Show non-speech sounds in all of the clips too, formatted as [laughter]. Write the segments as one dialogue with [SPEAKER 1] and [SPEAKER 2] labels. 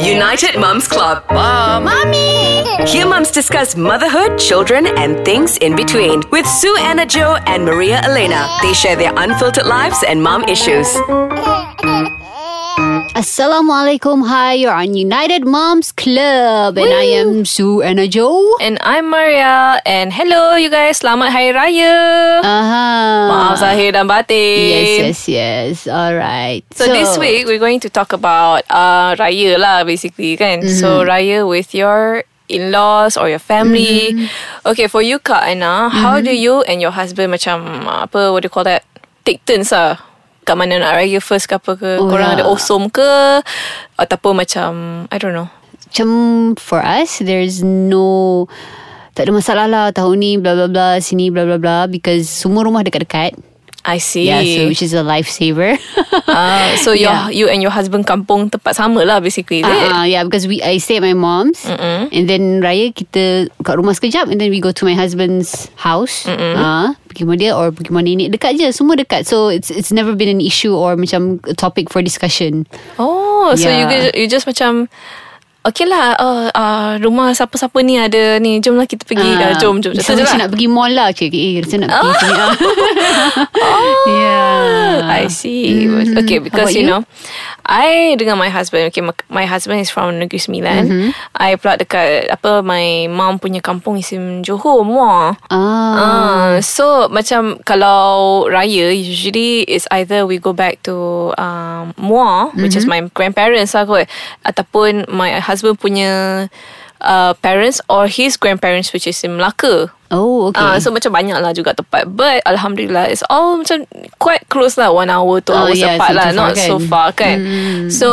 [SPEAKER 1] United Mums Club.
[SPEAKER 2] Mom.
[SPEAKER 3] Mommy!
[SPEAKER 1] Here, mums discuss motherhood, children, and things in between with Sue Anna Joe and Maria Elena. They share their unfiltered lives and mom issues.
[SPEAKER 3] Assalamualaikum. Hi, you're on United Moms Club, and I am Sue and a Joe.
[SPEAKER 2] And I'm Maria. And hello, you guys. Selamat Hari Raya.
[SPEAKER 3] Uh-huh.
[SPEAKER 2] Maaf Zahir dan Batin.
[SPEAKER 3] Yes, yes, yes. All right.
[SPEAKER 2] So, this week Eh, we're going to talk about uh, Raya lah basically kan.
[SPEAKER 3] Mm-hmm.
[SPEAKER 2] So Raya with your in-laws or your family.
[SPEAKER 3] Mm-hmm.
[SPEAKER 2] Okay, for you Kak Ana, how do you and your husband macam uh, apa what do you call that? Take turns lah. Kat mana nak Raya first ke apa ke?
[SPEAKER 3] Oh,
[SPEAKER 2] Korang
[SPEAKER 3] yeah.
[SPEAKER 2] ada osom ke? Ataupun macam I don't know.
[SPEAKER 3] macam for us there's no tak ada masalah lah tahun ni bla bla bla sini bla bla bla because semua rumah dekat-dekat.
[SPEAKER 2] I see.
[SPEAKER 3] Yeah, so which is a lifesaver. [laughs]
[SPEAKER 2] Ah, so your
[SPEAKER 3] Yeah.
[SPEAKER 2] you and your husband kampung tempat sama lah basically. Is it?
[SPEAKER 3] Uh, yeah, because we I stay at my mom's Mm-mm. and then raya kita kat rumah sekejap and then we go to my husband's house. Ah, uh, pergi rumah dia or pergi rumah nenek dekat je, semua dekat. So it's it's never been an issue or macam a topic for discussion.
[SPEAKER 2] Oh, so
[SPEAKER 3] Yeah.
[SPEAKER 2] you guys- you just macam Okay lah uh, uh, Rumah siapa-siapa ni ada ni Jomlah kita pergi
[SPEAKER 3] Ah,
[SPEAKER 2] uh, Jom, jom, jom
[SPEAKER 3] Sama
[SPEAKER 2] Saja
[SPEAKER 3] macam
[SPEAKER 2] lah
[SPEAKER 3] nak pergi mall lah Cik Eh rasa nak
[SPEAKER 2] [laughs]
[SPEAKER 3] pergi sini ah. Yeah
[SPEAKER 2] Oh. Ah, I see Okay because
[SPEAKER 3] Mm-hmm. How about
[SPEAKER 2] you
[SPEAKER 3] you?
[SPEAKER 2] know I dengan my husband Okay my, my husband is from Negeri Sembilan
[SPEAKER 3] Mm-hmm.
[SPEAKER 2] I pula dekat Apa My mom punya kampung Is in Johor Muar
[SPEAKER 3] Ah,
[SPEAKER 2] Ah, so macam kalau raya usually it's either we go back to um, Muar which is my grandparents lah kot ataupun my husband punya uh, parents or his grandparents which is in Melaka.
[SPEAKER 3] Oh okay
[SPEAKER 2] Ah, so macam banyak lah juga tempat But Alhamdulillah It's all macam Quite close lah One hour Two
[SPEAKER 3] Oh,
[SPEAKER 2] hours
[SPEAKER 3] yeah,
[SPEAKER 2] apart
[SPEAKER 3] it's
[SPEAKER 2] lah
[SPEAKER 3] not too far
[SPEAKER 2] Not so
[SPEAKER 3] kan?
[SPEAKER 2] far kan So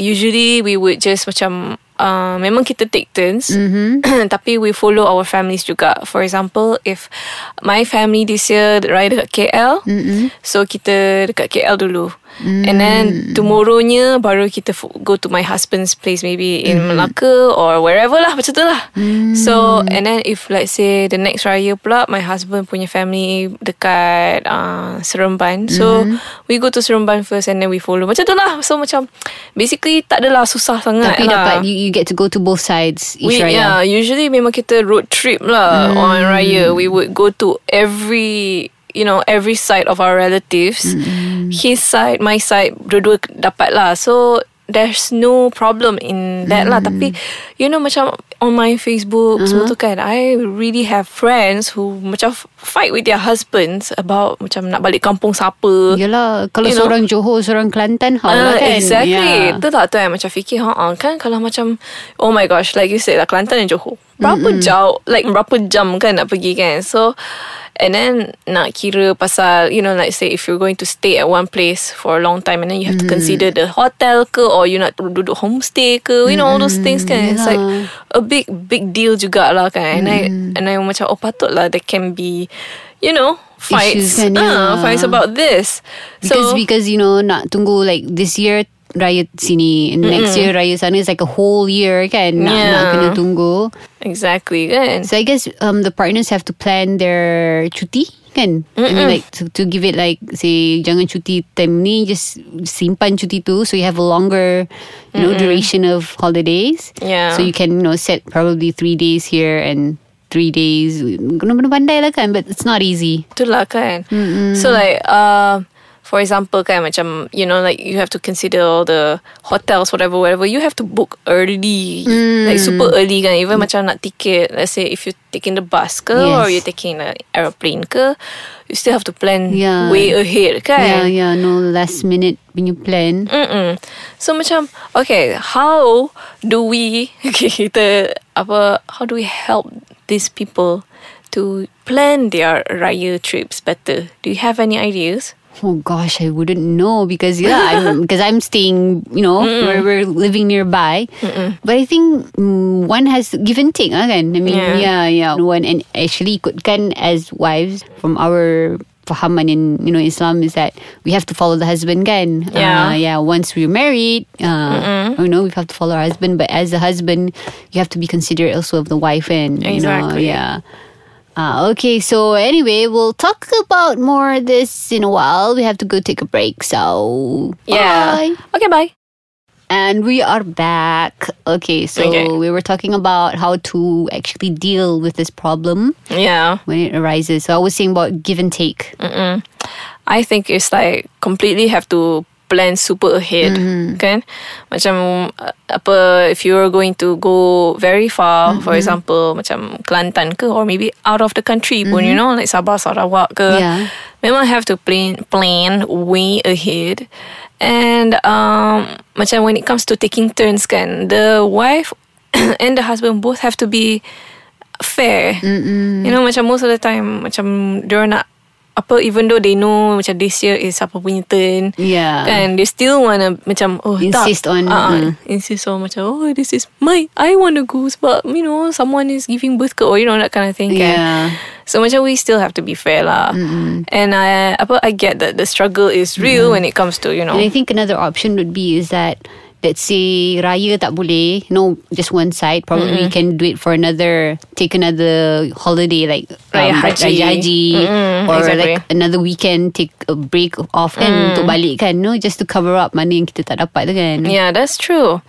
[SPEAKER 2] Usually we would just macam uh, Memang kita take turns
[SPEAKER 3] Mm-hmm.
[SPEAKER 2] [clears throat] Tapi we follow our families juga For example If My family this year Raya dekat KL
[SPEAKER 3] Mm-hmm.
[SPEAKER 2] So kita Dekat KL dulu
[SPEAKER 3] Mm.
[SPEAKER 2] And then Tomorrownya Baru kita fo- Go to my husband's place Maybe in
[SPEAKER 3] Mm-hmm.
[SPEAKER 2] Melaka Or wherever lah Macam tu lah So
[SPEAKER 3] Mm.
[SPEAKER 2] And then if let's say The next raya pula My husband punya family Dekat uh, Seremban So
[SPEAKER 3] Mm-hmm.
[SPEAKER 2] We go to Seremban first And then we follow Macam tu lah So macam Basically tak adalah susah sangat
[SPEAKER 3] Tapi
[SPEAKER 2] lah
[SPEAKER 3] dapat you, you get to go to both sides
[SPEAKER 2] We,
[SPEAKER 3] Each raya
[SPEAKER 2] yeah, usually memang kita road trip lah on raya. We would go to every, you know, every side of our relatives. His side, my side, dua-dua dapat lah. So there's no problem in that lah. Tapi, you know, macam on my Facebook, semua tu kan, I really have friends who macam fight with their husbands about macam nak balik kampung siapa.
[SPEAKER 3] Yelah Kalau
[SPEAKER 2] You know.
[SPEAKER 3] seorang Johor Seorang Kelantan How lah
[SPEAKER 2] Ah,
[SPEAKER 3] kan
[SPEAKER 2] Exactly
[SPEAKER 3] yeah.
[SPEAKER 2] yeah. Tu tak tu kan Macam fikir ha, ah, Kan kalau macam Oh my gosh Like you said lah Kelantan dan Johor Berapa mm jauh Like berapa jam kan Nak pergi kan So And then Nak kira pasal You know like say If you're going to stay at one place For a long time And then you have to consider The hotel ke Or you nak duduk homestay ke You know all those things kan It's like A big big deal jugalah kan And I And I macam Oh patut lah There can be You know Fights
[SPEAKER 3] Issues kan,
[SPEAKER 2] Ah,
[SPEAKER 3] yeah.
[SPEAKER 2] Fights about this
[SPEAKER 3] Because because you know Nak tunggu like This year Raya sini and Next year Raya sana It's like a whole year kan Nak,
[SPEAKER 2] Yeah.
[SPEAKER 3] nak kena tunggu
[SPEAKER 2] Exactly kan
[SPEAKER 3] So I guess um, The partners have to plan Their cuti Kan I mean like to, to give it like Say Jangan cuti time ni Just simpan cuti tu So you have a longer You know Duration of holidays
[SPEAKER 2] Yeah.
[SPEAKER 3] So you can you know Set probably Three days here And Three days Kena-kena pandai lah kan But it's not easy
[SPEAKER 2] Itulah kan mm So like uh, For example kan Macam You know like You have to consider all the Hotels whatever whatever You have to book early
[SPEAKER 3] Mm.
[SPEAKER 2] Like super early kan Even macam nak tiket Let's say if you taking the bus ke
[SPEAKER 3] Yes.
[SPEAKER 2] Or you taking the aeroplane ke You still have to plan
[SPEAKER 3] Yeah.
[SPEAKER 2] Way ahead
[SPEAKER 3] Yeah,
[SPEAKER 2] kan
[SPEAKER 3] yeah, no last minute punya plan.
[SPEAKER 2] Mm-mm. So macam Okay How do we [laughs] okay, Kita Apa How do we help These people To plan their Raya trips better Do you have any ideas?
[SPEAKER 3] Oh gosh, I wouldn't know because yeah, I'm,
[SPEAKER 2] [laughs]
[SPEAKER 3] because I'm staying, you know, we're, we're living nearby. But I think mm, one has give and take, ah, kan? I mean,
[SPEAKER 2] Yeah.
[SPEAKER 3] yeah, yeah. One and actually, ikut kan as wives from our fahaman in you know Islam is that we have to follow the husband, kan? Uh,
[SPEAKER 2] Yeah.
[SPEAKER 3] yeah. Once we're married, uh, you know, we have to follow our husband. But as a husband, you have to be considerate also of the wife and you know,
[SPEAKER 2] Exactly.
[SPEAKER 3] yeah. Ah, okay, so anyway, we'll talk about more of this in a while. We have to go take a break, so
[SPEAKER 2] Yeah.
[SPEAKER 3] bye.
[SPEAKER 2] Okay, bye.
[SPEAKER 3] And we are back. Okay, so
[SPEAKER 2] Okay.
[SPEAKER 3] we were talking about how to actually deal with this problem
[SPEAKER 2] Yeah.
[SPEAKER 3] when it arises. So I was saying about give and take.
[SPEAKER 2] Mm. I think it's like completely have to plan super ahead
[SPEAKER 3] Mm-hmm.
[SPEAKER 2] kan macam uh, apa if you're going to go very far
[SPEAKER 3] Mm-hmm.
[SPEAKER 2] for example macam Kelantan ke or maybe out of the country pun you know like Sabah Sarawak ke
[SPEAKER 3] Mm-hmm. Yeah.
[SPEAKER 2] memang have to plan plan way ahead and um macam when it comes to taking turns kan the wife [coughs] and the husband both have to be fair. You know macam most of the time macam dia nak apa even though they know macam this year is apa punya turn.
[SPEAKER 3] Yeah.
[SPEAKER 2] Kan they still wanna macam oh
[SPEAKER 3] Insist
[SPEAKER 2] tak.
[SPEAKER 3] on,
[SPEAKER 2] Ah,
[SPEAKER 3] mm.
[SPEAKER 2] insist on macam oh this is my I want to go sebab you know someone is giving birth ke or you know that kind of thing kan.
[SPEAKER 3] Yeah.
[SPEAKER 2] So macam we still have to be fair lah. And I apa I get that the struggle is real when it comes to you know.
[SPEAKER 3] And I think another option would be is that let's say raya tak boleh, no, just one side. Probably we can do it for another, take another holiday like um,
[SPEAKER 2] Raya Haji.
[SPEAKER 3] Raya Haji
[SPEAKER 2] Mm-mm,
[SPEAKER 3] or
[SPEAKER 2] exactly. Mm.
[SPEAKER 3] like another weekend, take a break off kan untuk balik kan, no, just to cover up mana yang kita tak dapat tu kan.
[SPEAKER 2] Yeah, that's true.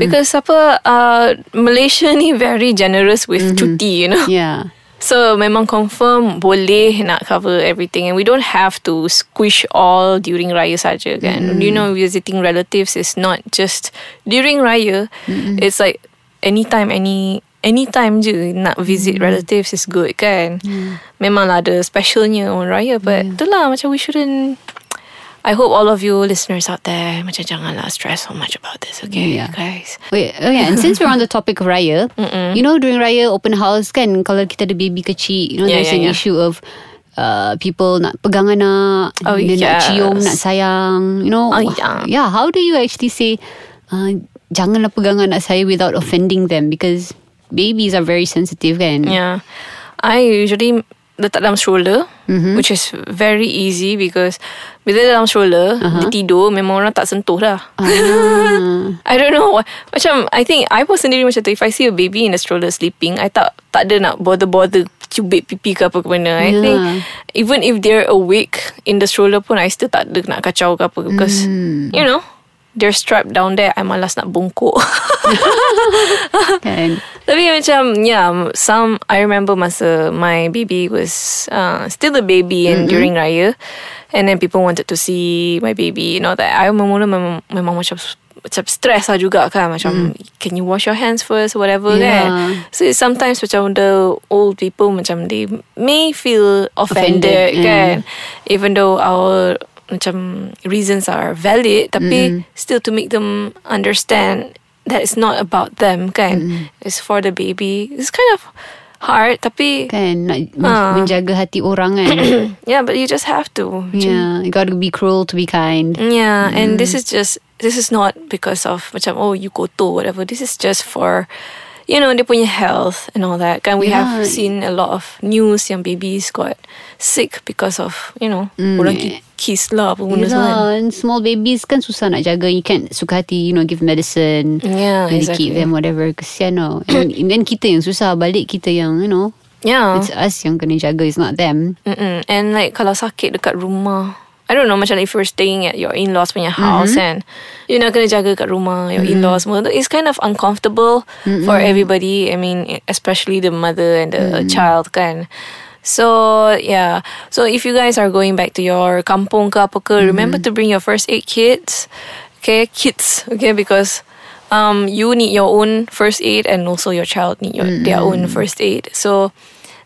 [SPEAKER 2] Because apa uh, Malaysia ni very generous with
[SPEAKER 3] Mm-hmm.
[SPEAKER 2] cuti, you know.
[SPEAKER 3] Yeah.
[SPEAKER 2] So memang confirm boleh nak cover everything and we don't have to squish all during raya saja kan. You know visiting relatives is not just during raya. It's like anytime any anytime je nak visit relatives is good kan. Memang Memang ada specialnya on raya but itulah macam we shouldn't I hope all of you listeners out there macam janganlah stress so much about this okay
[SPEAKER 3] Yeah.
[SPEAKER 2] guys.
[SPEAKER 3] Wait, oh yeah, and since we're on the topic of Raya, you know, during Raya open house kan, kalau kita ada baby kecil, you know,
[SPEAKER 2] Yeah,
[SPEAKER 3] there's
[SPEAKER 2] yeah,
[SPEAKER 3] an
[SPEAKER 2] yeah.
[SPEAKER 3] issue of uh, people not pegang anak,
[SPEAKER 2] Oh,
[SPEAKER 3] dia nak
[SPEAKER 2] yes.
[SPEAKER 3] cium, nak sayang, you know.
[SPEAKER 2] Oh, yeah.
[SPEAKER 3] how do you actually say, uh, janganlah pegang anak saya without offending them because babies are very sensitive kan.
[SPEAKER 2] Yeah. I usually letak dalam stroller which is very easy because bila dalam stroller dia tidur memang orang tak sentuh dah.
[SPEAKER 3] Ah.
[SPEAKER 2] [laughs]
[SPEAKER 3] Uh,
[SPEAKER 2] I don't know why. Macam I think I pun sendiri macam tu if I see a baby in a stroller sleeping I tak tak ada nak bother-bother cubit pipi ke apa ke benda. I
[SPEAKER 3] Yeah.
[SPEAKER 2] think even if they're awake in the stroller pun I still tak ada nak kacau ke apa because you know they're strapped down there I malas nak bongkok. [laughs]
[SPEAKER 3] Kan?
[SPEAKER 2] Tapi macam yeah, some I remember masa my baby was uh, still a baby
[SPEAKER 3] Mm-hmm.
[SPEAKER 2] and during raya, and then people wanted to see my baby. You know that I memula memang, memang macam macam stress lah juga kan macam can you wash your hands first whatever
[SPEAKER 3] Mm-hmm. Yeah.
[SPEAKER 2] kan so it's sometimes macam the old people macam they may feel offended,
[SPEAKER 3] Offended,
[SPEAKER 2] kan even though our macam reasons are valid tapi still to make them understand that it's not about them kan it's for the baby it's kind of hard tapi
[SPEAKER 3] Kan? Nak
[SPEAKER 2] Ah.
[SPEAKER 3] menjaga hati orang
[SPEAKER 2] [coughs]
[SPEAKER 3] kan.
[SPEAKER 2] yeah but you just have to Macam-
[SPEAKER 3] yeah, you gotta be cruel to be kind.
[SPEAKER 2] yeah and this is just this is not because of macam oh you kotor whatever this is just for you know dia punya health and all that kan we have
[SPEAKER 3] Yeah.
[SPEAKER 2] seen a lot of news yang babies got sick because of you know
[SPEAKER 3] Mm.
[SPEAKER 2] orang ki- kiss lah apa benda semua kan.
[SPEAKER 3] Yelah, and small babies kan susah nak jaga. You can suka hati, you know, give medicine. medicate
[SPEAKER 2] Yeah, Ah, exactly.
[SPEAKER 3] them, whatever. Kesian
[SPEAKER 2] [coughs]
[SPEAKER 3] tau. And, and then kita yang susah. Balik kita yang, you know,
[SPEAKER 2] yeah
[SPEAKER 3] it's us yang kena jaga. It's not
[SPEAKER 2] [laughs]
[SPEAKER 3] them.
[SPEAKER 2] Mm-mm. Mm, And like kalau sakit dekat rumah I don't know macam if you're staying at your in-laws punya house and you nak kena jaga kat rumah your in-laws semua tu it's kind of uncomfortable for everybody I mean especially the mother and the child kan So yeah so if you guys are going back to your kampung ke apa ke remember to bring your first aid kits okay kids okay because um you need your own first aid and also your child need your, their own first aid so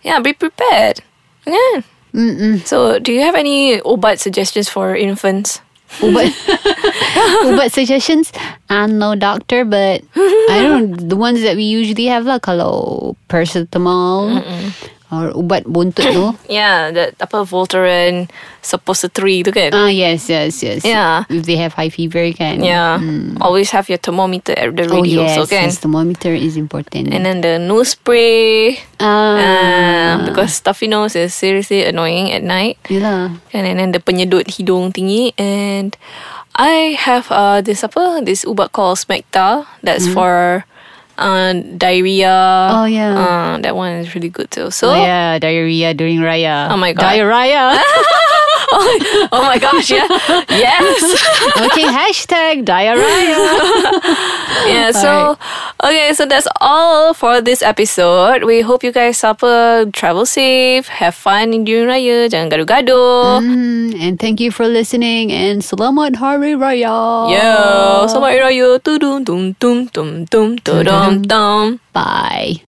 [SPEAKER 2] yeah be prepared yeah so, do you have any ubat suggestions for infants?
[SPEAKER 3] Ubat, [laughs] ubat suggestions? I'm no doctor, but I don't know. The ones that we usually have lah. Kalau paracetamol or ubat buntut
[SPEAKER 2] [coughs]
[SPEAKER 3] tu.
[SPEAKER 2] Yeah, that apa Voltaren suppository tu kan?
[SPEAKER 3] Ah, yes, yes, yes.
[SPEAKER 2] Yeah.
[SPEAKER 3] If they have high fever kan.
[SPEAKER 2] yeah, always have your thermometer at the
[SPEAKER 3] Oh,
[SPEAKER 2] ready
[SPEAKER 3] yes.
[SPEAKER 2] also kan?
[SPEAKER 3] yes, thermometer is important.
[SPEAKER 2] And then the nose spray.
[SPEAKER 3] Ah,
[SPEAKER 2] Uh, because stuffy nose is seriously annoying at night.
[SPEAKER 3] Yelah.
[SPEAKER 2] And, and then the penyedut hidung thingy. And I have uh, this apa this ubat called Smecta. That's for uh, diarrhea. Ah,
[SPEAKER 3] Oh, yeah.
[SPEAKER 2] Uh, that one is really good too. So
[SPEAKER 3] Oh yeah, diarrhea during raya.
[SPEAKER 2] Oh my God.
[SPEAKER 3] diarrhea.
[SPEAKER 2] [laughs] oh, oh my gosh, [laughs] yeah. Yes.
[SPEAKER 3] okay, hashtag diarrhea.
[SPEAKER 2] yeah, so okay, so that's all for this episode. We hope you guys supper, travel safe, have fun during Raya, jangan gaduh-gaduh.
[SPEAKER 3] Mm, and thank you for listening and selamat hari raya.
[SPEAKER 2] Yo, selamat Hari Raya. Tudum dum dum dum dum tudum dum.
[SPEAKER 3] Bye.